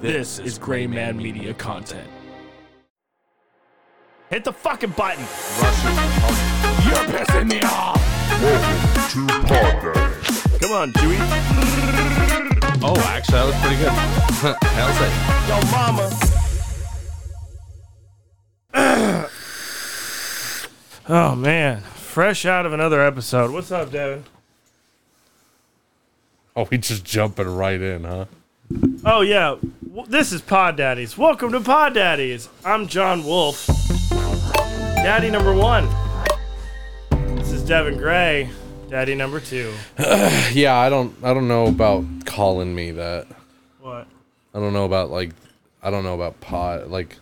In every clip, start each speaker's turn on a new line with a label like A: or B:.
A: This is Gray Man Media content. Hit the fucking button. You're pissing me off.
B: Welcome to Podbang.
A: Come on, Chewy.
C: Oh, actually, that was pretty good. that was like,
A: Yo, mama. oh man, fresh out of another episode. What's up, Devin?
C: oh, we just jumping right in, huh?
A: Oh yeah, W- this is Pod Daddies. Welcome to Pod Daddies. I'm John Wolf, Daddy number one. This is Devin Gray, Daddy number two.
C: Yeah, I don't, I don't know about calling me that.
A: What?
C: I don't know about like, I don't know about pot. Like,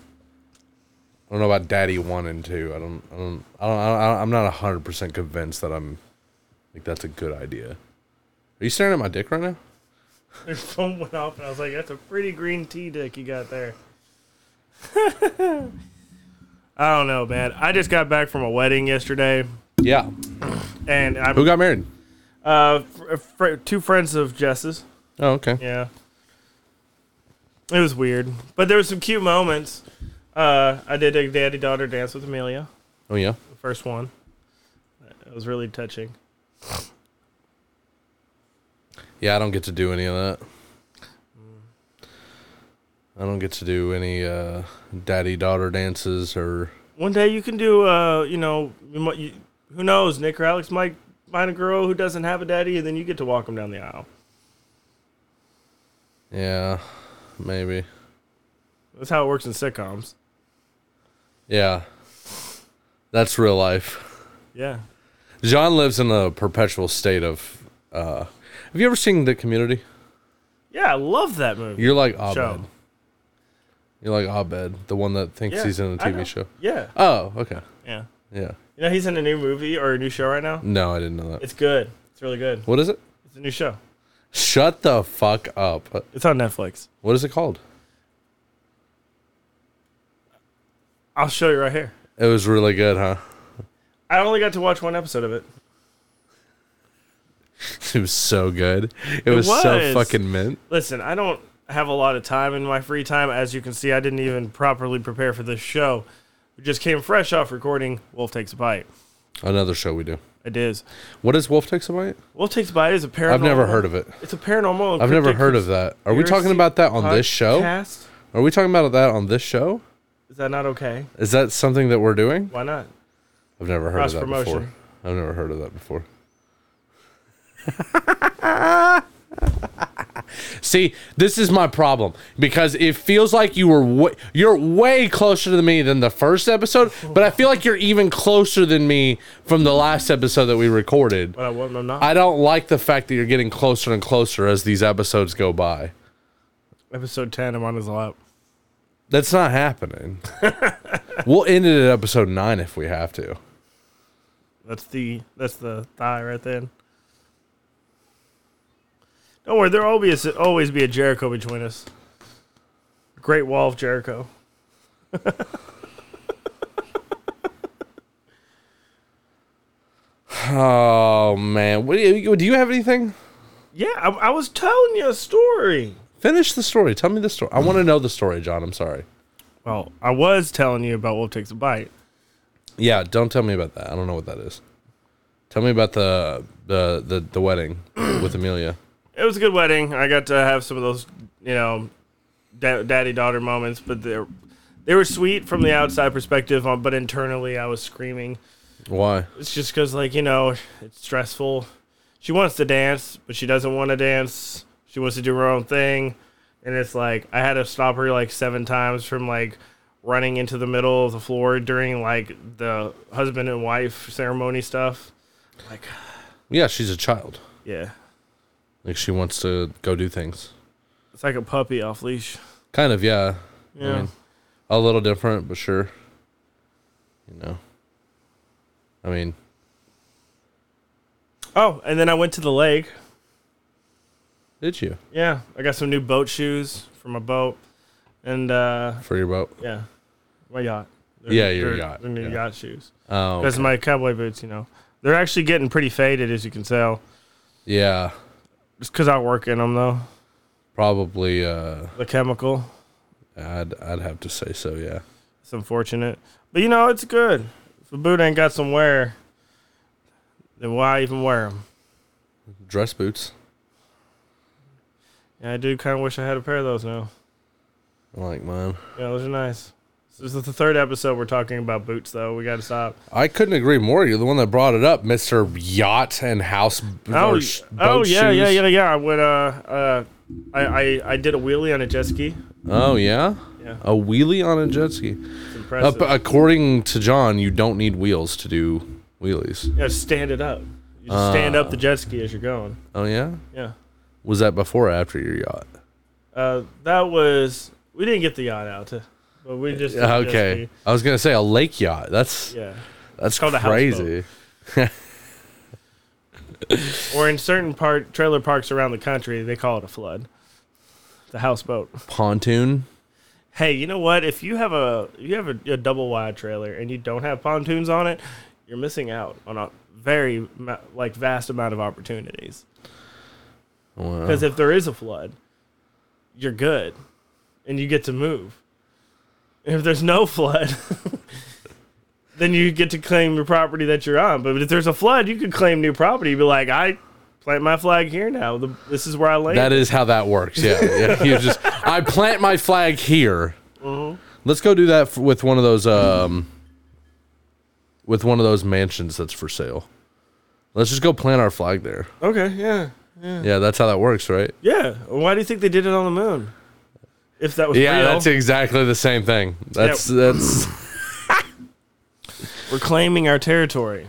C: I don't know about daddy one and two. I don't, I don't, I don't, I don't I'm not hundred percent convinced that I'm like that's a good idea. Are you staring at my dick right now?
A: Their phone went off, and I was like, "That's a pretty green tea dick you got there." I don't know, man. I just got back from a wedding yesterday,
C: Yeah.
A: and I
C: Who got married?
A: uh fr- fr- two friends of Jess's.
C: Oh, okay.
A: Yeah. It was weird, but there were some cute moments. Uh, I did a daddy daughter dance with Amelia,
C: Oh yeah.
A: the first one. It was really touching.
C: Yeah, I don't get to do any of that. I don't get to do any uh, daddy daughter dances or
A: One day you can do, uh, you know, you, might- you, who knows? Nick or Alex might find a girl who doesn't have a daddy, and then you get to walk them down the aisle.
C: yeah, maybe
A: That's how it works in sitcoms.
C: yeah. That's real life.
A: Yeah.
C: John lives in a perpetual state of. Uh, have you ever seen The Community?
A: Yeah, I love that movie.
C: You're like Abed.
A: show.
C: You're like Abed, the one that thinks
A: Yeah,
C: he's in a
A: I know.
C: TV show.
A: Yeah.
C: Oh, okay.
A: Yeah.
C: Yeah.
A: You know, he's in a new movie or a new show right now.
C: No, I didn't know that.
A: It's good. It's really good.
C: What is it?
A: It's a new show.
C: Shut the fuck up. Uh,
A: It's on Netflix.
C: What is it called?
A: I'll show you right here.
C: It was really good, huh?
A: I only got to watch one episode of it.
C: It was so good. It, was, so
A: was.
C: fucking mint.
A: Listen, I don't have a lot of time in my free time. As you can see, I didn't even properly prepare for this show. We just came fresh off recording Wolf Takes a Bite.
C: Another show we do.
A: It is.
C: What is Wolf Takes a Bite?
A: Wolf Takes a Bite is a paranormal.
C: I've never heard of it.
A: It's a paranormal.
C: I've never heard of that. Are we talking about that on this show?
A: Podcast?
C: Are we talking about that on this show?
A: Is that not okay?
C: Is that something that we're doing?
A: Why not?
C: I've never heard
A: Cross
C: of that before.
A: promotion.
C: I've never heard of that before. See, this is my problem because it feels like you were wa- you're way closer to me than the first episode, but I feel like you're even closer than me from the last episode that we recorded.
A: But I won't. I'm not.
C: I don't like the fact that you're getting closer and closer as these episodes go by.
A: Episode 10, I'm on his lap.
C: That's not happening. we'll end it at episode nine if we have to.
A: That's the that's the thigh right then. Don't worry, there'll always always be a Jericho between us. Great Wall of Jericho.
C: Oh man, what do you, do you have anything?
A: Yeah, I, I was telling you a story.
C: Finish the story. Tell me the story. I want to know the story, John. I'm sorry.
A: Well, I was telling you about Wolf Takes a Bite.
C: Yeah, don't tell me about that. I don't know what that is. Tell me about the the the, the wedding with Amelia.
A: It was a good wedding. I got to have some of those, you know, da- daddy daughter moments, but they they were sweet from the outside perspective, um, but internally I was screaming.
C: Why?
A: It's just because, like, you know, it's stressful. She wants to dance, but she doesn't want to dance. She wants to do her own thing. And it's like, I had to stop her like seven times from like running into the middle of the floor during like the husband and wife ceremony stuff. Like,
C: Yeah, she's a child.
A: yeah,
C: Like she wants to go do things.
A: it's like a puppy off leash.
C: Kind of, yeah.
A: Yeah.
C: mean- A little different, but sure. You know. I mean,
A: oh, and then I went to the lake.
C: did you
A: Yeah, I got some new boat shoes for my boat. And uh,
C: for your boat?
A: yeah, my yacht.
C: Yeah, your
A: They're-
C: yacht,
A: They're new
C: yeah.
A: yacht shoes.
C: Oh,
A: Because my cowboy boots, you know, they're actually getting pretty faded, as you can tell.
C: yeah.
A: Just because I work in them, though.
C: Probably, uh,
A: The chemical.
C: I'd I'd have to say so. Yeah,
A: It's unfortunate, but you know it's good. If a boot ain't got some wear, then why even wear them?
C: dress boots.
A: Yeah, I do kind of wish I had a pair of those now.
C: I like mine.
A: Yeah, those are nice. This is the third episode we're talking about boots, though. We got to stop.
C: I couldn't agree more. You're the one that brought it up, Mister Yacht and House. b-
A: Oh,
C: or
A: y-
C: sh-
A: oh
C: boat
A: yeah, yeah,
C: shoes.
A: yeah, yeah. I would. Uh, uh, I, I, I did a wheelie on a jet ski.
C: Oh yeah,
A: Yeah.
C: a wheelie on a jet ski.
A: It's
C: Up, uh,
A: impressive.
C: according to John, you don't need wheels to do wheelies.
A: yeah, stand it up. You just
C: Uh,
A: stand up the jet ski as you're going.
C: Oh yeah,
A: Yeah.
C: was that before or after your yacht?
A: Uh, that was. We didn't get the yacht out, to, but we just. did the jet
C: Okay, I was gonna say a lake yacht. That's
A: ski. Yeah.
C: that's
A: called a
C: crazy.
A: Or in certain part trailer parks around the country, they call it a flood. The houseboat.
C: Pontoon.
A: Hey, you know what? If you have a if you have a, a double wide trailer and you don't have pontoons on it, you're missing out on a very ma- like vast amount of opportunities.
C: Wow.
A: Because if there is a flood, you're good, and you get to move. And if there's no flood, then you get to claim your property that you're on. But if there's a flood, you could claim new property. You'd be like, I plant my flag here now. The, this is where I land.
C: That is how that works. Yeah, yeah. You just I plant my flag here. Let's go do that f with one of those um, with one of those mansions that's for sale. Let's just go plant our flag there.
A: okay, yeah,
C: Yeah, that's how that works, right?
A: yeah. Why do you think they did it on the moon? If that was
C: Yeah,
A: real?
C: that's exactly the same thing. That's that's
A: We're claiming our territory.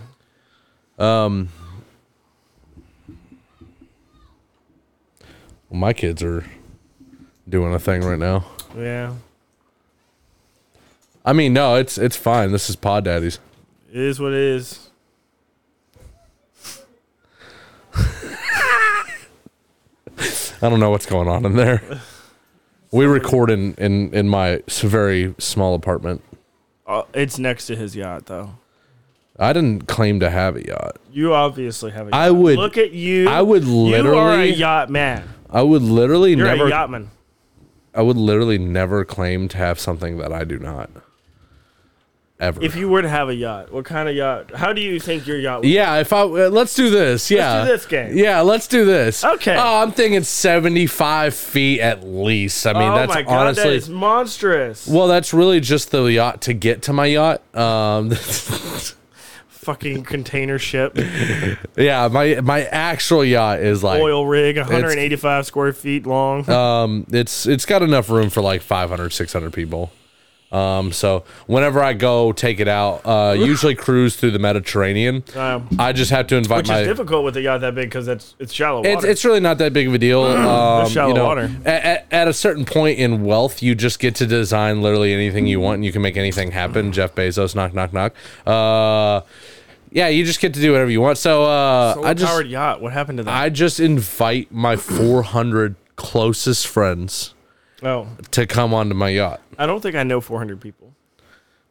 C: well, my kids are doing a thing right now.
A: Yeah.
C: I mean, no, it's it's fine. This is Pod Daddies.
A: It is what it is.
C: I don't know what's going on in there. We record in in in my s- very small apartment.
A: Uh, it's next to his yacht, though.
C: I didn't claim to have a yacht.
A: You obviously have a yacht.
C: I would-
A: Look at you.
C: I would
A: You are a
C: literally-
A: yacht man.
C: I would literally
A: You're
C: never.
A: a yachtman.
C: I would literally never claim to have something that I do not. Ever.
A: If you were to have a yacht, what kind of yacht? How do you think your yacht would
C: yeah, if I uh, let's do this. Yeah,
A: do this game.
C: Yeah, let's do this.
A: Okay.
C: Oh, I'm thinking 75 feet at least. I mean,
A: Oh
C: that's
A: my god,
C: honestly.
A: that is monstrous.
C: well, that's really just the yacht to get to my yacht. Um,
A: Fucking container ship,
C: yeah, my my actual yacht is like
A: oil rig, 185 square feet long.
C: Uh, it's it's got enough room for like 500 600 people um so whenever i go take it out uh usually cruise through the mediterranean
A: Um,
C: i just have to invite
A: which
C: my
A: is difficult with a yacht that big because it's it's shallow water.
C: it's, it's really not that big of a deal um,
A: shallow
C: you know,
A: water.
C: a- a- At, a certain point in wealth you just get to design literally anything you want and you can make anything happen
A: Mm.
C: jeff bezos knock knock knock uh yeah you just get to do whatever you want so uh i
A: Solar
C: just
A: powered yacht. What happened to that?
C: i just invite my 400 closest friends
A: oh,
C: to come onto my yacht
A: I don't think I know 400 people.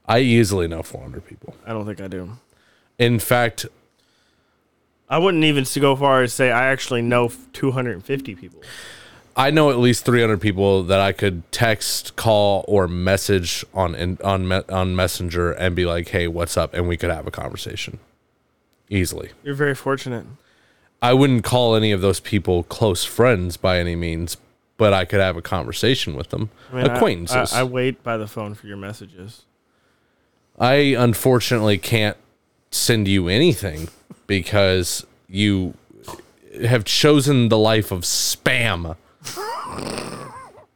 C: I easily know 400 people.
A: I don't think I do.
C: In fact,
A: I wouldn't even go far as say I actually know f- 250 people.
C: I know at least 300 people that I could text, call, or message on in, on me, on Messenger and be like, "Hey, what's up?" and we could have a conversation easily.
A: You're very fortunate.
C: I wouldn't call any of those people close friends by any means, but I could have a conversation with them,
A: I mean, I-
C: acquaintances.
A: I,
C: I,
A: I wait by the phone for your messages.
C: unfortunately can't send you anything because you have chosen the life of spam.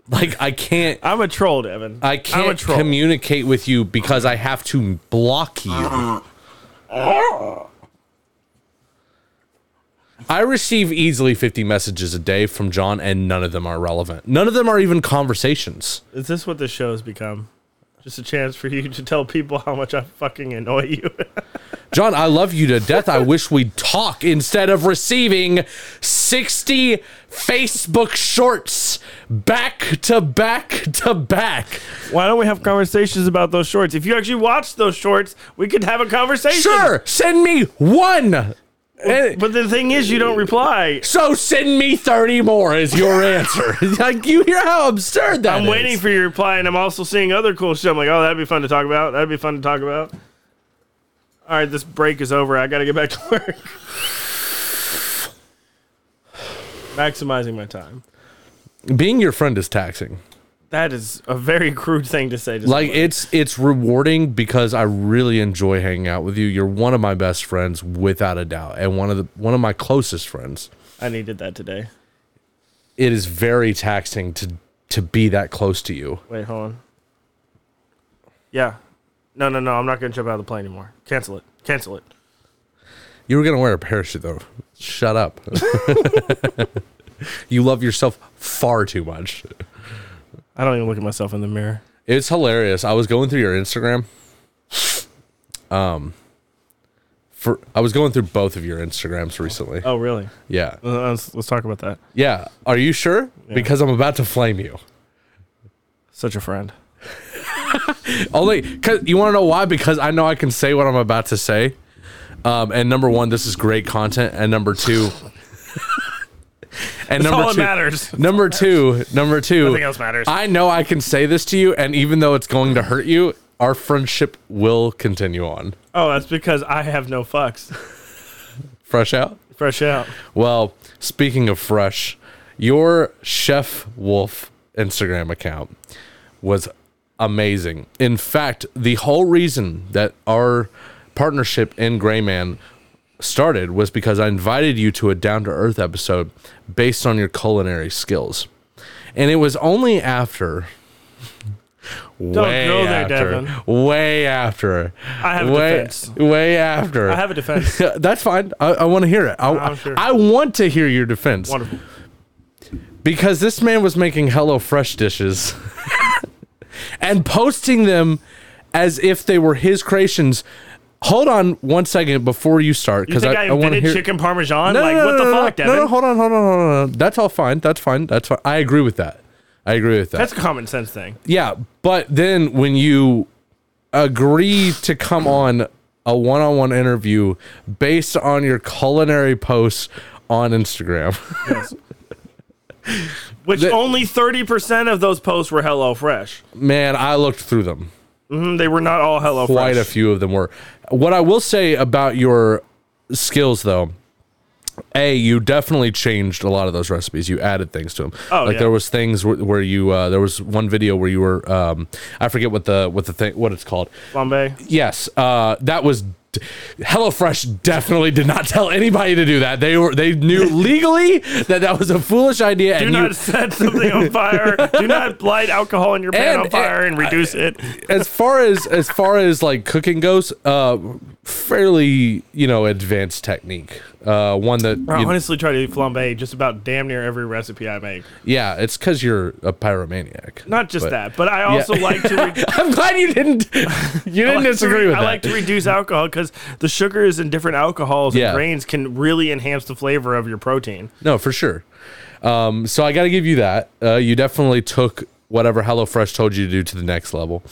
C: like I can't
A: I'm a troll, Devin.
C: I
A: I'm a
C: can't
A: troll.
C: communicate with you because I have to block you. I receive easily 50 messages a day from John, and none of them are relevant. None of them are even conversations.
A: Is this what this show's become? Just a chance for you to tell people how much I fucking annoy you.
C: John, I love you to death. I wish we'd talk instead of receiving 60 Facebook shorts back to back to back.
A: Why don't we have conversations about those shorts? If you actually watch those shorts, we could have a conversation.
C: Sure, send me one. Hey,
A: But the thing is, you don't reply.
C: so send me 30 more is your answer. like you hear how absurd that
A: I'm waiting for your reply, and I'm also seeing other cool shit. I'm like, oh, that'd be fun to talk about. That'd be fun to talk about. All right, this break is over. I got to get back to work. Maximizing my time.
C: Being your friend is taxing.
A: That is a very crude thing to say. To
C: Like it's it's rewarding because I really enjoy hanging out with you. You're one of my best friends without a doubt and one of the one of my closest friends.
A: I needed that today.
C: It is very taxing to to be that close to you.
A: Wait, hold on. Yeah. No, no, no. I'm not going to jump out of the plane anymore. Cancel it. Cancel it.
C: You were gonna wear a parachute though. Shut up. you love yourself far too much.
A: I don't even look at myself in the mirror.
C: It's hilarious. I was going through your Instagram. Um for I was going through both of your Instagrams recently.
A: Oh, really?
C: Yeah.
A: Uh, Let's, let's talk about that.
C: Yeah. Are you sure? Because I'm about to flame you.
A: Such a friend.
C: Only cause you want to know why? Because I know I can say what I'm about to say. Um, and number one, this is great content. And number two, and
A: That's
C: number
A: all
C: two,
A: that matters.
C: number two, number two,
A: Nothing else matters.
C: I know I can say this to you, and even though it's going to hurt you, our friendship will continue on.
A: Oh, that's because I have no fucks.
C: Fresh out.
A: Fresh out.
C: Well, speaking of fresh, your Chef Wolf Instagram account was amazing. In fact, the whole reason that our partnership in Gray Man started was because I invited you to a down to earth episode based on your culinary skills. And it was only after way
A: go there,
C: after,
A: Devin.
C: way after I
A: have a
C: way,
A: defense.
C: way after
A: I have a defense.
C: yeah, That's fine. I, I want to hear it. I,
A: I'm sure.
C: I want to hear your defense
A: Wonderful.
C: because this man was making HelloFresh dishes and posting them as if they were his creations. Hold on one second before you start
A: You
C: because
A: think I,
C: I, I want to
A: invented
C: hear.
A: chicken parmesan?
C: No,
A: like,
C: no, no,
A: what
C: no,
A: the
C: no,
A: fuck,
C: no,
A: Devin?
C: No, no, hold on, hold on, hold on. That's all fine. That's fine. That's fine. I agree with that. I agree with that.
A: That's a common sense thing.
C: Yeah, but then when you agree to come on a one-on-one interview based on your culinary posts on Instagram,
A: Which only 30% of those posts were Hello Fresh.
C: man, I looked through them.
A: Mm, they were not all Hello
C: Quite a
A: Fresh.
C: few of them were. What I will say about your skills, though, a you definitely changed a lot of those recipes. You added things to them.
A: Oh,
C: like
A: yeah.
C: there was things where, where you uh, there was one video where you were um, I forget what the what the thing what it's called.
A: Bombay.
C: Yes, uh, that was. d- HelloFresh definitely did not tell anybody to do that. They were they knew legally that that was a foolish idea.
A: Do
C: and
A: not set something on fire. Do not light alcohol in your pan
C: And-
A: on fire and reduce it.
C: you, as far as as far as like cooking goes, uh, fairly you know advanced technique. Uh, one that
A: I
C: you-
A: honestly try to do flambe just about damn near every recipe I make.
C: yeah, it's because you're a pyromaniac.
A: Not just
C: But-
A: that, but I also like to. Re-
C: I'm glad you didn't you
A: I
C: didn't
A: like to
C: disagree
A: re-
C: with
A: I
C: that.
A: like to reduce alcohol because the sugars in different alcohols
C: Yeah.
A: and grains can really enhance the flavor of your protein.
C: No, for sure. Um, so I got to give you that. Uh, you definitely took whatever HelloFresh told you to do to the next level.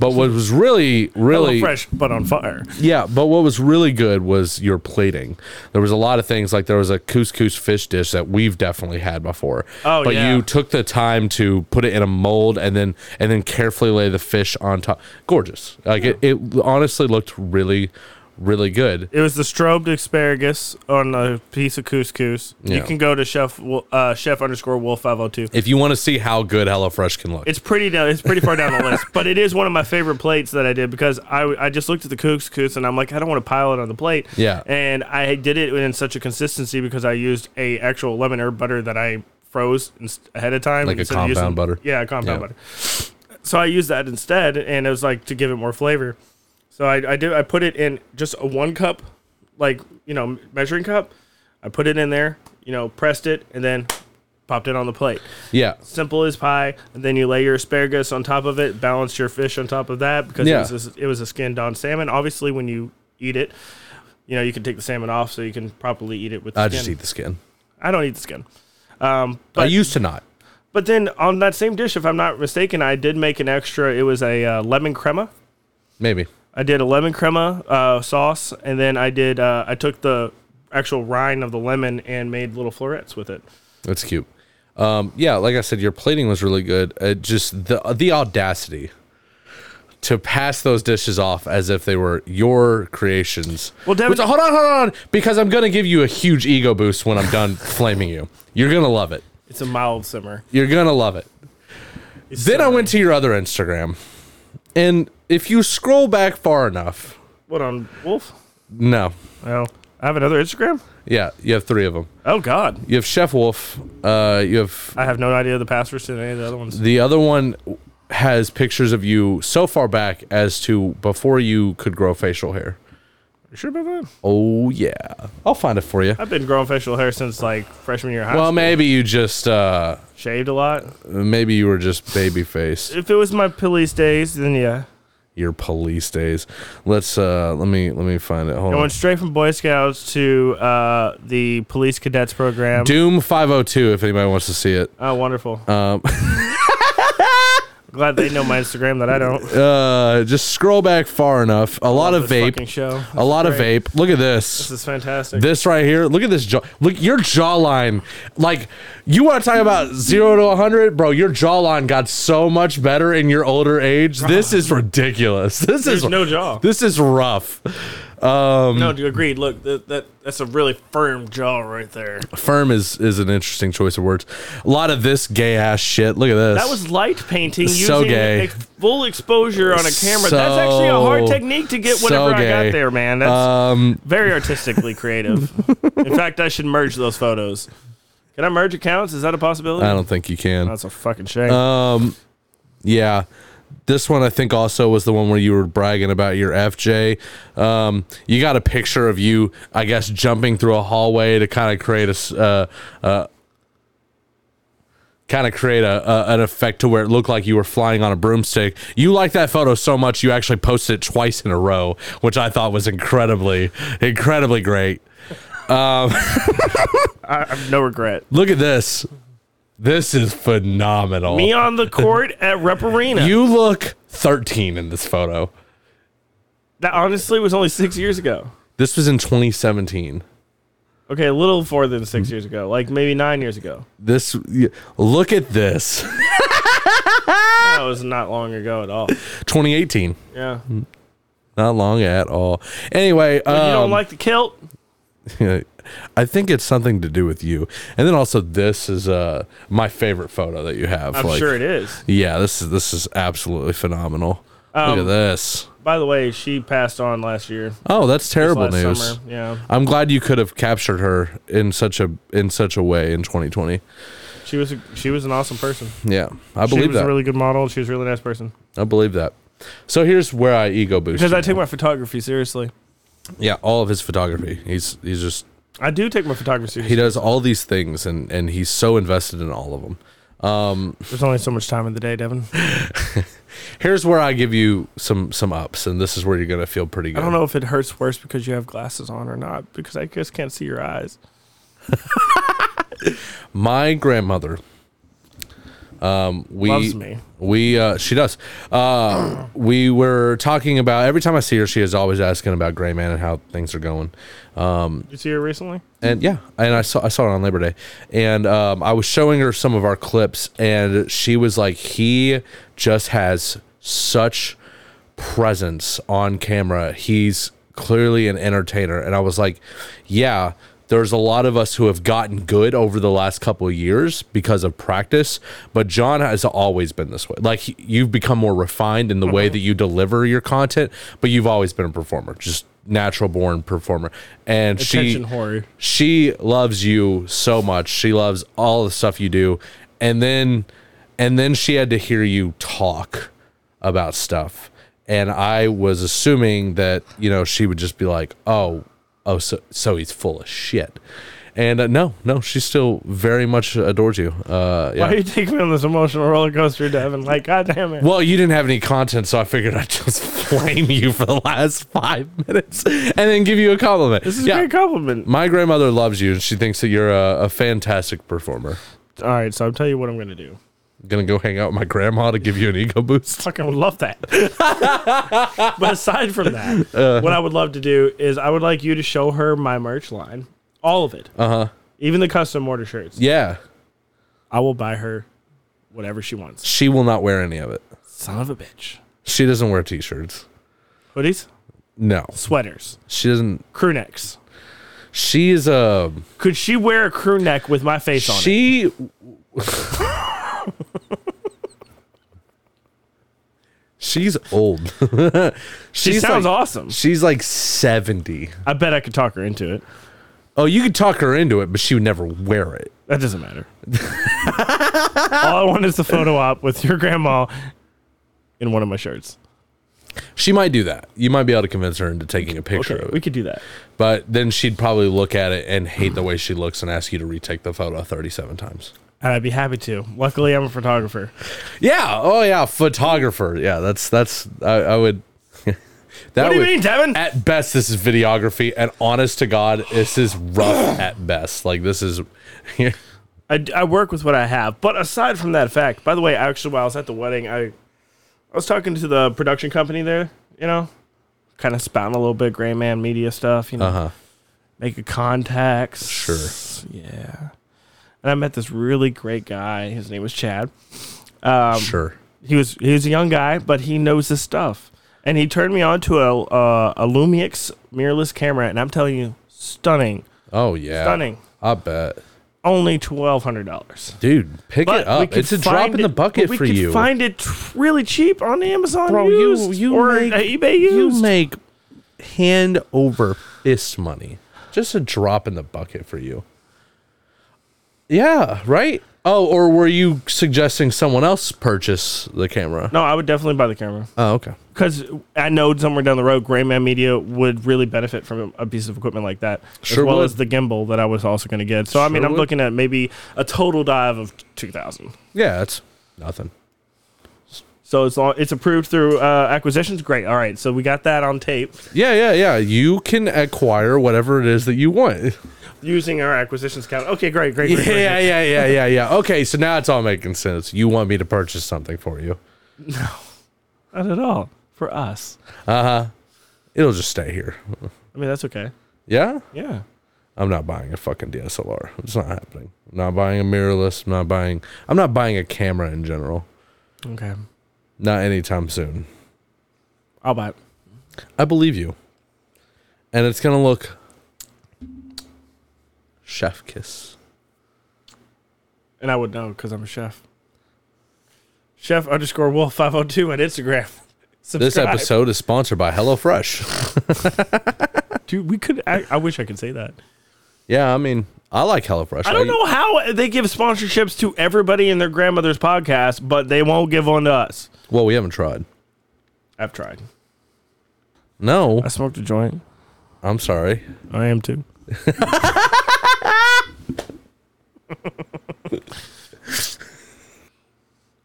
C: But what was really, really,
A: fresh, but on fire.
C: yeah. But what was really good was your plating. There was a lot of things like there was a couscous fish dish that we've definitely had before.
A: Oh,
C: but
A: yeah.
C: you took the time to put it in a mold and then and then carefully lay the fish on top. Gorgeous. Like it, it honestly looked really, really good.
A: It was the strobed asparagus on a piece of couscous.
C: Yeah.
A: You can go to chef Wo- uh, chef underscore wolf five hundred two.
C: If you want to see how good HelloFresh can look,
A: It's pretty down. It's pretty far down the list, but it is one of my favorite plates that I did because I, I just looked at the couscous and I'm like I don't want to pile it on the plate.
C: Yeah.
A: And I did it in such a consistency because I used a actual lemon herb butter that I froze ins- ahead of time.
C: Like a
A: instead of using-
C: compound butter?
A: Yeah, a compound
C: Yeah.
A: butter. So I used that instead, and it was like to give it more flavor. So I I did I put it in just a one cup, like you know measuring cup. I put it in there, you know, pressed it, and then popped it on the plate
C: yeah.
A: simple as pie. And then you lay your asparagus on top of it, balance your fish on top of that because
C: Yeah.
A: it, was a, it was a skinned on salmon. Obviously, when you eat it, you know you can take the salmon off so you can properly eat it with. The
C: I
A: skin.
C: just eat the skin.
A: I don't eat the skin. Um,
C: I
A: but
C: used to not.
A: but then on that same dish, if I'm not mistaken, I did make an extra. It was a uh, lemon crema.
C: Maybe.
A: I did a lemon crema uh, sauce, and then I did. Uh, I took the actual rind of the lemon and made little florets with it.
C: That's cute. Um, yeah, like I said, your plating was really good. Uh, just the the audacity to pass those dishes off as if they were your creations.
A: Well, Devin-
C: Which- hold on, hold on, because I'm gonna give you a huge ego boost when I'm done flaming you. You're gonna love it.
A: It's a mild simmer.
C: You're gonna love it. then I went to your other Instagram, and if you scroll back far enough,
A: What on Wolf?
C: no,
A: Oh, I have another Instagram.
C: yeah, you have three of them.
A: Oh God,
C: You have Chef Wolf. Uh, you have
A: I have no idea the passwords to any of the other ones.
C: The other one has pictures of you so far back as to before you could grow facial hair.
A: You sure about that?
C: Oh yeah, I'll find it for you.
A: I've been growing facial hair since like freshman year of high
C: Well,
A: school.
C: maybe you just uh
A: Shaved a lot.
C: maybe you were just baby faced.
A: If it was my police days, then yeah.
C: Your police days. Let's uh let me let me find it. Hold
A: I
C: on.
A: went straight from Boy Scouts to uh, the police cadets program.
C: Doom 502 if anybody wants to see it.
A: Oh, wonderful. Um. Glad they know my Instagram that I don't.
C: Uh just scroll back far enough. A lot of
A: This fucking
C: vape.
A: show.
C: A lot of
A: great.
C: vape. Look at this.
A: This is fantastic.
C: This right here, look at this jaw. Look, your jawline. Like, you want to talk about zero to 100? Bro, your jawline got so much better in your older age. This is ridiculous. This
A: There's
C: is
A: no jaw.
C: This is rough.
A: no, dude, agreed. Look, that, that that's a really firm jaw right there.
C: Firm is is an interesting choice of words. A lot of this gay ass shit. Look at this.
A: That was light painting
C: So
A: using
C: gay.
A: ex- full exposure on a camera. That's
C: So-
A: actually a hard technique to get
C: so
A: whenever I
C: gay.
A: got there, man. That's
C: um
A: very artistically creative. In fact, I should merge those photos. Can I merge accounts? Is that a possibility?
C: I don't Uh, think you can.
A: That's a fucking shame.
C: Yeah. This one I think also was the one where you were bragging about your FJ. Um, you got a picture of you, I guess, jumping through a hallway to kind of create a s- uh, uh, kind of create a, a an effect to where it looked like you were flying on a broomstick. You liked that photo so much you actually posted it twice in a row, which I thought was incredibly, incredibly great.
A: I have no regret.
C: Look at this. This is phenomenal.
A: Me on the court at Rep Arena.
C: you look 13 in this photo.
A: that honestly was only six years ago.
C: This was in 2017.
A: Okay, a little more than six years ago. Like maybe nine years ago.
C: This y- look at this.
A: That was not long ago at all.
C: 2018.
A: Yeah. You
C: Not long at all. Anyway,
A: don't
C: um,
A: like the kilt?
C: I think it's something to do with you. And then also this is uh my favorite photo that you have.
A: I'm sure it is.
C: Yeah, this is this is absolutely phenomenal.
A: Um,
C: look at this.
A: By the way, she passed on last year.
C: Oh, that's terrible
A: Last
C: news.
A: summer. Yeah.
C: I'm glad you could have captured her in such a in such a way in 2020.
A: She was a, she was an awesome person.
C: Yeah, I
A: She
C: believe
A: was
C: that.
A: a really good model. She was a really nice person.
C: I believe that. So here's where I ego boost.
A: Because
C: you
A: I take
C: now.
A: my photography seriously.
C: yeah, all of his photography. He's he's just
A: I do take my photography
C: he
A: seriously.
C: does all these things and and he's so invested in all of them
A: There's only so much time in the day, Devin.
C: here's where i give you some some ups and this is where you're gonna feel pretty good
A: I don't know if it hurts worse because you have glasses on or not, because I just can't see your eyes.
C: my grandmother um we
A: Loves me.
C: we uh she does uh we were talking about every time i see her she is always asking about gray man and how things are going
A: You see her recently?
C: and yeah, and I saw I saw it on Labor Day, and um, I was showing her some of our clips, and she was like, "He just has such presence on camera. He's clearly an entertainer." And I was like, "Yeah." There's a lot of us who have gotten good over the last couple of years because of practice, but John has always been this way. Like he- you've become more refined in the
A: Mm-hmm.
C: way that you deliver your content, but you've always been a performer, just natural born performer. And she
A: Attention whore.
C: she loves you so much. She loves all the stuff you do. And then and then she had to hear you talk about stuff. And I was assuming that, you know, she would just be like, "Oh, oh so so he's full of shit." And uh, no, no, she still very much adores you. Uh yeah.
A: Why are you taking me on this emotional roller coaster, Devin? Like, goddamn it.
C: Well, you didn't have any content, so I figured I'd just flame you for the last five minutes and then give you a compliment.
A: This is a great compliment.
C: My grandmother loves you and she thinks that you're a, a fantastic performer.
A: All right, so I'll tell you what I'm going to do.
C: Gonna go hang out with my grandma to give you an ego boost.
A: fucking would love that.
C: Uh.
A: but aside from that, what I would love to do is I would like you to show her my merch line all of it,
C: Uh huh.
A: even the custom order shirts.
C: Yeah.
A: I will buy her whatever she wants.
C: She will not wear any of it.
A: Son of a bitch.
C: She doesn't wear t shirts.
A: Hoodies,
C: No.
A: sweaters,
C: She doesn't.
A: crew necks.
C: She is a.
A: Could she wear a crew neck with my face on it?
C: She. She's old.
A: She
C: she's
A: sounds
C: like,
A: awesome.
C: She's like 70.
A: I bet I could talk her into it.
C: Oh, you could talk her into it, but she would never wear it.
A: That doesn't matter. All I want is the photo op with your grandma in one of my shirts.
C: She might do that. You might be able to convince her into taking a picture
A: Okay,
C: of
A: we
C: it.
A: could do that.
C: But then she'd probably look at it and hate the way she looks and ask you to retake the photo 37 times.
A: And I'd be happy to. Luckily, I'm a photographer.
C: Yeah. Oh, yeah. Photographer. Yeah. That's, that's, I, I would. that
A: What do you
C: would-
A: mean, Devin?
C: At best, this is videography. And honest to God, this is rough at best. Like, this is.
A: I, I work with what I have. But aside from that fact, by the way, actually, while I was at the wedding, I I was talking to the production company there. You know, kind of spouting a little bit Gray Man Media stuff. You know,
C: Uh huh.
A: making contacts.
C: Sure.
A: Yeah. And I met this really great guy. His name was Chad.
C: Sure.
A: He was he was a young guy, but he knows his stuff. And he turned me on to a uh, a Lumix mirrorless camera, and I'm telling you, stunning,
C: Oh, yeah.
A: stunning.
C: I bet.
A: Only twelve hundred dollars.
C: Dude, pick it up. It's a drop in the bucket
A: we
C: for
A: could
C: you.
A: find it tr- really cheap on Amazon
C: Bro, you-
A: used
C: you
A: or uh,
C: make-
A: eBay
C: you
A: used.
C: make hand over fist money. Just a drop in the bucket for you. Yeah, right? Oh, or were you suggesting someone else purchase the camera?
A: no, I would definitely buy the camera
C: Oh, okay.
A: because I know somewhere down the road, Grayman Media would really benefit from a piece of equipment like that,
C: Sure
A: as well
C: would.
A: as the gimbal that I was also going to get. So I mean,
C: Sure
A: I'm
C: would.
A: looking at maybe a total dive of two thousand.
C: Yeah, it's nothing.
A: So it's all, it's approved through uh, acquisitions. Great. All right. So we got that on tape
C: Yeah, yeah, yeah. You can acquire whatever it is that you want.
A: using our acquisitions count. Okay. Great. Great.
C: Yeah,
A: great, great.
C: yeah, yeah, yeah, yeah, yeah. Okay, so now it's all making sense. You want me to purchase something for you.
A: Not at all for us.
C: Uh-huh. It'll just stay here.
A: I mean, that's okay.
C: Yeah?
A: Yeah.
C: I'm not buying a fucking DSLR. It's not happening. I'm not buying a mirrorless. I'm not buying. I'm not buying a camera in general.
A: Okay.
C: Not anytime soon.
A: I'll buy it.
C: I believe you. And it's gonna look chef kiss.
A: And I would know because I'm a chef. Chef underscore wolf 502 on Instagram.
C: This
A: Subscribe.
C: episode is sponsored by HelloFresh.
A: Dude, we could. I, I wish I could say that.
C: yeah, I mean, I like HelloFresh.
A: I don't know how they give sponsorships to everybody in their grandmother's podcast, but they won't give one to us.
C: Well, we haven't tried.
A: I've tried.
C: No,
A: I smoked a joint.
C: I'm sorry.
A: I am too.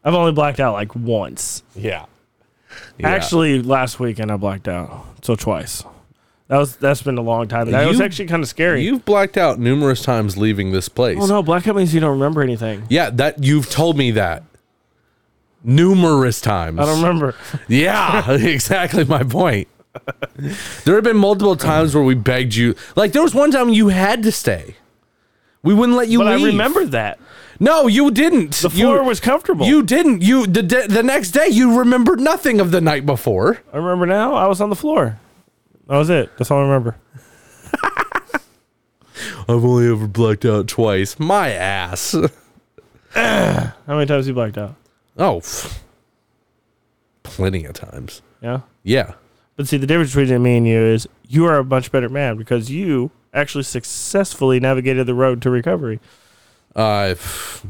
A: I've only blacked out like once.
C: Yeah.
A: Actually, last weekend I blacked out, so twice. That was that's been a long time. That was
C: You-
A: actually kind of scary.
C: you've blacked out numerous times leaving this place.
A: oh no, blackout means you don't remember anything.
C: Yeah, that you've told me that numerous times.
A: I don't remember.
C: Yeah, exactly my point. There have been multiple times where we begged you. Like there was one time you had to stay. We wouldn't let you
A: But I
C: leave.
A: remembered that
C: No, you didn't.
A: the floor
C: you,
A: was comfortable.
C: You didn't. You the de- the next day you remembered nothing of the night before.
A: I remember now. I was on the floor. That was it. That's all I remember.
C: I've only ever blacked out twice. My ass.
A: How many times you blacked out?
C: Oh, pff. plenty of times.
A: Yeah.
C: Yeah.
A: But see, the difference between me and you is you are a much better man because you actually successfully navigated the road to recovery.
C: Uh, pff,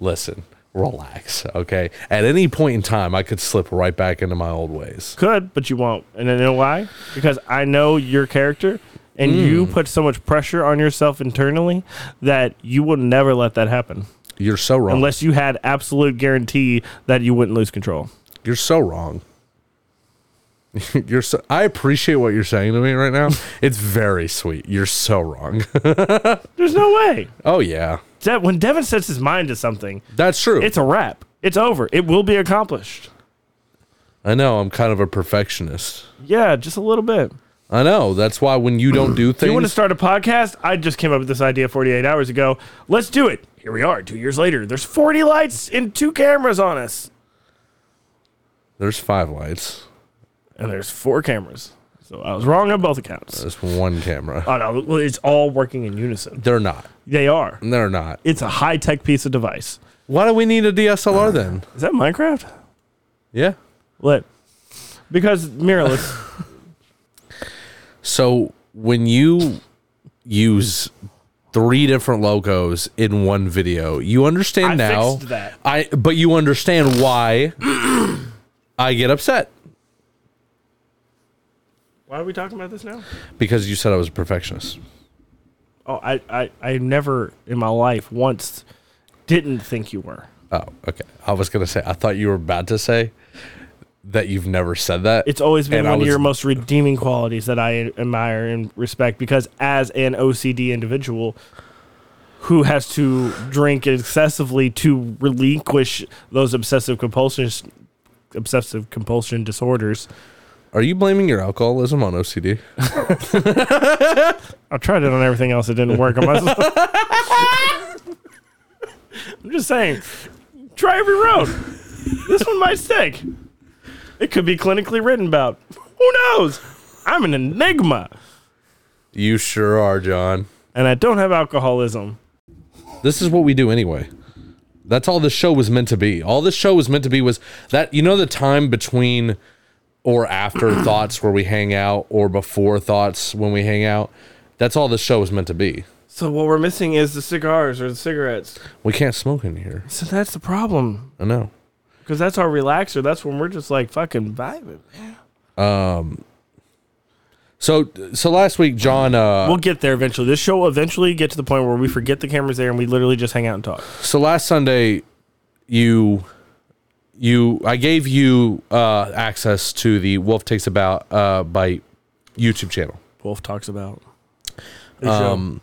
C: listen, relax, okay? At any point in time, I could slip right back into my old ways.
A: Could, but you won't. And I know why? Because I know your character and you put so much pressure on yourself internally that you will never let that happen
C: You're so wrong.
A: unless you had absolute guarantee that you wouldn't lose control.
C: you're so wrong. You're so, I appreciate what you're saying to me right now. It's very sweet. You're so wrong.
A: There's no way.
C: oh yeah,
A: De- when Devin sets his mind to something,
C: that's true.
A: it's a wrap. It's over. It will be accomplished.
C: I know I'm kind of a perfectionist.
A: Yeah, just a little bit.
C: I know. That's why when you don't do
A: You want to
C: things,
A: start a podcast? I just came up with this idea 48 hours ago. Let's do it. Here we are, two years later. There's 40 lights and two cameras on us,
C: there's five lights.
A: and there's four cameras. So I was wrong on both accounts.
C: There's one camera.
A: Oh no, well, it's all working in unison.
C: They're not.
A: They are.
C: They're not.
A: It's a high tech piece of device.
C: Why do we need a DSLR then?
A: Is that Minecraft?
C: Yeah.
A: Lit. Because mirrorless.
C: So when you use three different logos in one video, you understand
A: I
C: now.
A: fixed that.
C: I but you understand why I get upset
A: Why are we talking about this now?
C: because you said I was a perfectionist.
A: Oh, I, I, I never in my life once didn't think you were.
C: Oh, okay. I was gonna say I thought you were about to say that you've never said that.
A: It's always been
C: And I
A: one of
C: was-
A: your most redeeming qualities that I admire and respect because as an OCD individual who has to drink excessively to relinquish those obsessive compulsions obsessive compulsion disorders.
C: Are you blaming your alcoholism on OCD?
A: I tried it on everything else, it didn't work. Am I supposed- I'm just saying, try every road. This one might stick. It could be clinically written about. Who knows? I'm an enigma.
C: You sure are, John.
A: and I don't have alcoholism.
C: This is what we do anyway. That's all this show was meant to be. All this show was meant to be was that you know the time between or after thoughts where we hang out or before thoughts when we hang out. That's all this show was meant to be.
A: So what we're missing is the cigars or the cigarettes.
C: We can't smoke in here.
A: So that's the problem
C: I know.
A: because that's our relaxer. That's when we're just like fucking vibing.
C: So so last week John uh
A: We'll get there eventually. This show will eventually get to the point where we forget the cameras there and we literally just hang out and talk.
C: so last Sunday you you I gave you uh access to the Wolf Takes About uh by YouTube channel.
A: Wolf talks about.
C: Um,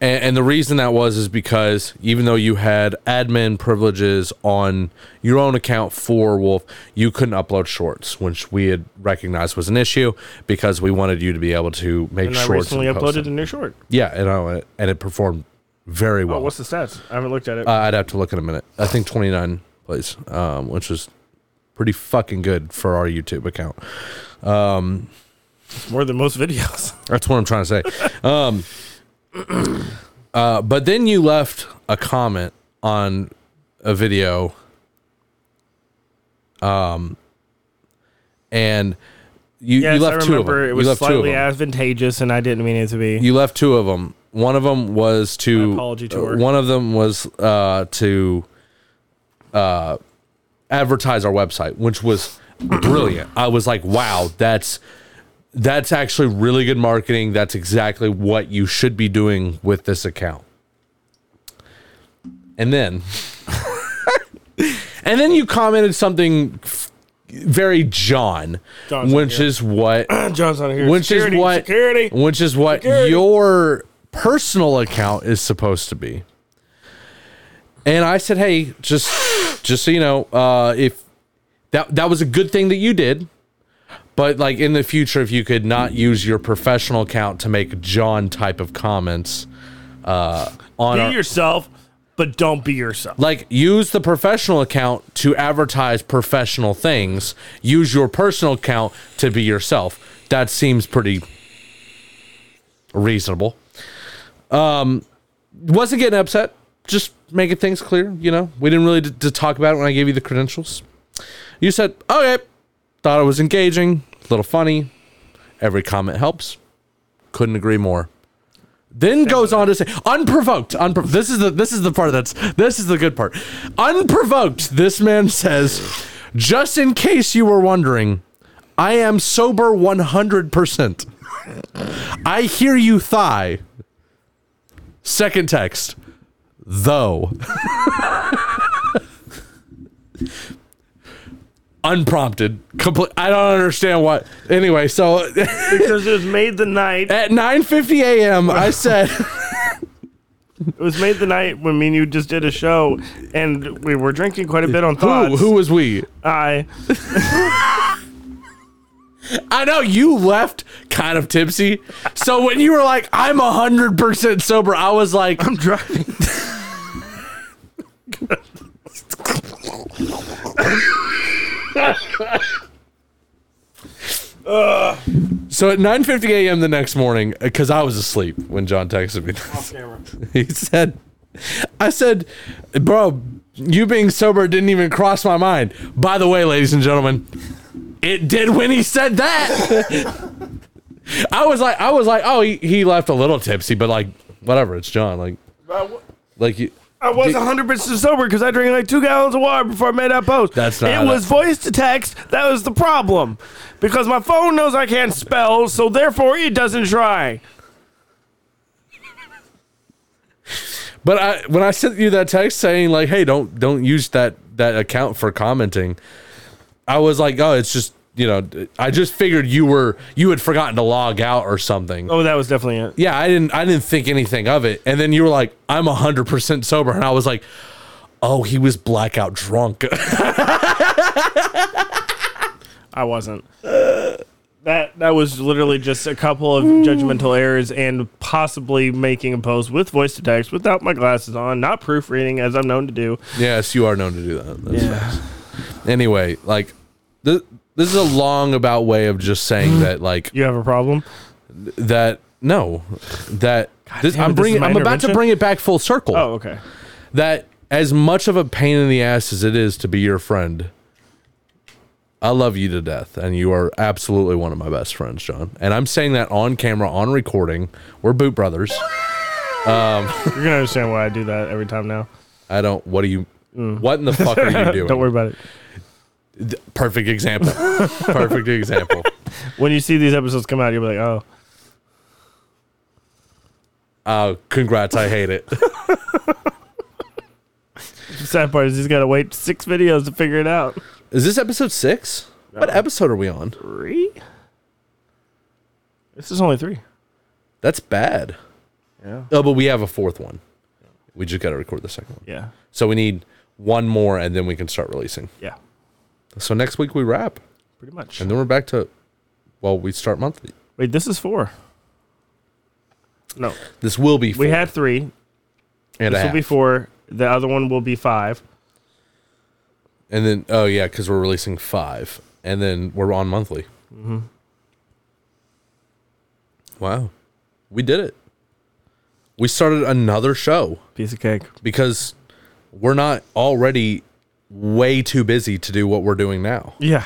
C: And, and the reason that was is because even though you had admin privileges on your own account for Wolf, you couldn't upload shorts, which we had recognized was an issue because we wanted you to be able to make
A: and I
C: shorts.
A: recently
C: and post
A: uploaded a
C: them.
A: new short.
C: Yeah, and, I, and it performed very
A: Oh,
C: well.
A: what's the stats? I haven't looked at it.
C: uh, I'd have to look in a minute. I think 29 plays, um, which is pretty fucking good for our YouTube account.
A: it's more than most videos.
C: That's what I'm trying to say. Um, uh, but then you left a comment on a video, um, and you,
A: yes,
C: you left
A: I
C: two of them.
A: remember it was
C: you left two of
A: slightly
C: them.
A: advantageous, and I didn't mean it to be.
C: you left two of them. One of them was to uh,
A: My apology to her.
C: One of them was uh, to uh, advertise our website, which was brilliant. I was like, wow, that's that's actually really good marketing. That's exactly what you should be doing with this account. And then, and then you commented something f- very John,
A: John's
C: which is what
A: John's on here.
C: which
A: Security,
C: is what
A: security.
C: which is what
A: Security.
C: your personal account is supposed to be. And I said, "Hey, just just so you know, uh, if that that was a good thing that you did, but like in the future, if you could not use your professional account to make John type of comments uh, on
A: Be
C: our,
A: yourself, but don't be yourself.
C: like use the professional account to advertise professional things use your personal account to be yourself that seems pretty reasonable um wasn't getting upset just making things clear you know we didn't really d- to talk about it when i gave you the credentials you said okay thought it was engaging a little funny every comment helps couldn't agree more then goes on to say, unprovoked. Unpro- this is the this is the part that's this is the good part. Unprovoked, this man says, just in case you were wondering, I am sober one hundred percent. I hear you thigh. Second text, though. Unprompted, complete. I don't understand what. Anyway, so
A: because it was made the night.
C: at nine fifty a.m., I said.
A: It was made the night when me and you just did a show, and we were drinking quite a bit on
C: Who?
A: thoughts.
C: Who was we?
A: I?
C: I know you left kind of tipsy. So when you were like, I'm 100% sober, I was like,
A: I'm driving.
C: so at 9.50 a.m. the next morning, because I was asleep when John texted me this.
A: Camera.
C: he said, I said, bro, you being sober didn't even cross my mind. By the way, ladies and gentlemen, it did when he said that. I was like, I was like, oh, he, he left a little tipsy, but like, whatever, it's John. Like, like you,
A: I was
C: Do-
A: 100 percent sober because I drank like two gallons of water before I made that post.
C: That's not
A: It was voice to text. That was the problem, because my phone knows I can't spell, so therefore it doesn't try.
C: But I when I sent you that text saying like, "Hey, don't don't use that that account for commenting," I was like, "Oh, it's just you know, I just figured you were you had forgotten to log out or something."
A: Oh, that was definitely it.
C: Yeah, I didn't I didn't think anything of it, and then you were like, "I'm hundred percent sober," and I was like, "Oh, he was blackout drunk."
A: I wasn't. That that was literally just a couple of judgmental errors and possibly making a post with voice to text without my glasses on, not proofreading as I'm known to do.
C: yes, you are known to do that. That's facts. Anyway, like th- this is a long about way of just saying that like
A: You have a problem?
C: that no that this,
A: damn it, this
C: I'm
A: is
C: bringing
A: my
C: I'm about to
A: intervention?
C: bring it back full circle.
A: Oh, okay.
C: that as much of a pain in the ass as it is to be your friend, I love you to death, and you are absolutely one of my best friends, John. And I'm saying that on camera, on recording. We're boot brothers.
A: You're gonna understand why I do that every time now.
C: I don't. What do you? What in the fuck are you doing?
A: Mm. Don't worry about it.
C: Perfect example. Perfect example.
A: When you see these episodes come out, you'll be like, oh.
C: Uh, congrats. I hate it.
A: The sad part is he's got to wait six videos to figure it out.
C: Is this episode six? What episode are we on?
A: Three? This is only three.
C: That's bad.
A: Yeah.
C: Oh, but we have a fourth one. We just got to record the second one.
A: Yeah.
C: So we need one more, and then we can start releasing.
A: Yeah.
C: So next week we wrap,
A: Pretty much.
C: and then we're back to, well, we start monthly.
A: Wait, this is four. No,
C: This will be four
A: we had three.
C: and a
A: This will
C: half.
A: be four. The other one will be five.
C: and then oh yeah, because we're releasing five, and then we're on monthly.
A: Mm-hmm.
C: Wow, we did it. We started another show
A: Piece of cake.
C: because we're not already way too busy to do what we're doing now.
A: Yeah.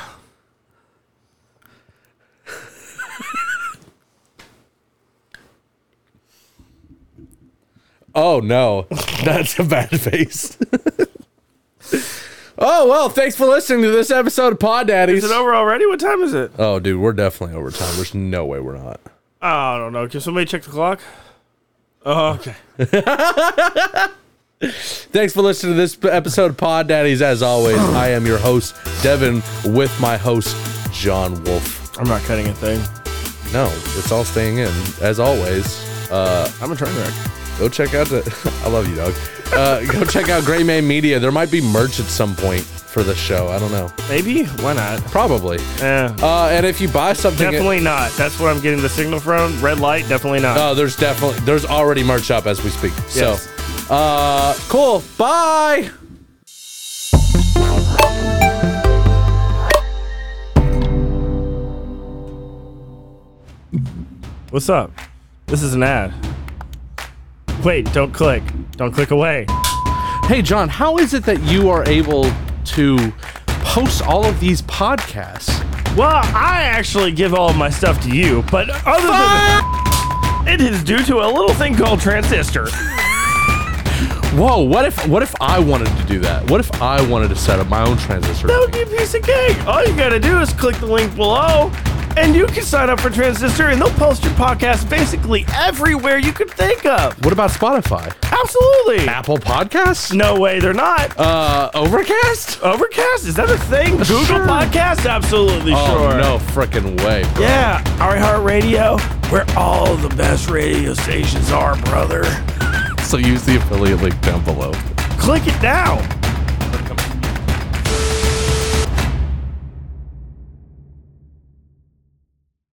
C: Oh no, that's a bad face. oh well, thanks for listening to this episode of Pod Daddies.
A: Is it over already? What time is it?
C: Oh, dude, we're definitely over time. There's no way we're not.
A: I don't know. Can somebody check the clock? Oh, okay.
C: Thanks for listening to this episode of Pod Daddies. As always, I am your host, Devin, with my host, John Wolf.
A: I'm not cutting a thing.
C: No, it's all staying in. As always, uh,
A: I'm a train wreck.
C: go check out the. I love you, dog. Uh, go check out Gray Man Media. There might be merch at some point for the show. I don't know.
A: Maybe? Why not?
C: Probably.
A: Eh.
C: Uh, and if you buy something,
A: Definitely not. That's what I'm getting the signal from. Red light, definitely not.
C: oh, there's definitely there's already merch up as we speak.
A: Yes.
C: So, uh, cool. Bye.
A: What's up? This is an ad. Wait, don't click. Don't click away.
C: Hey, John, how is it that you are able to post all of these podcasts?
A: Well, I actually give all of my stuff to you, but other than it is due to a little thing called transistor.
C: Whoa, what if what if I wanted to do that? What if I wanted to set up my own transistor?
A: That would be a piece of cake. All you gotta do is click the link below, and you can sign up for Transistor, and they'll post your podcast basically everywhere you could think of.
C: what about Spotify?
A: Absolutely.
C: Apple Podcasts?
A: No way, they're not.
C: Uh, Overcast?
A: Overcast, is that a thing? Google
C: Sure.
A: Podcast? Absolutely
C: Oh,
A: sure.
C: no freaking way, bro.
A: Yeah, iHeartRadio, where all the best radio stations are, brother.
C: So use the affiliate link down below.
A: Click it now.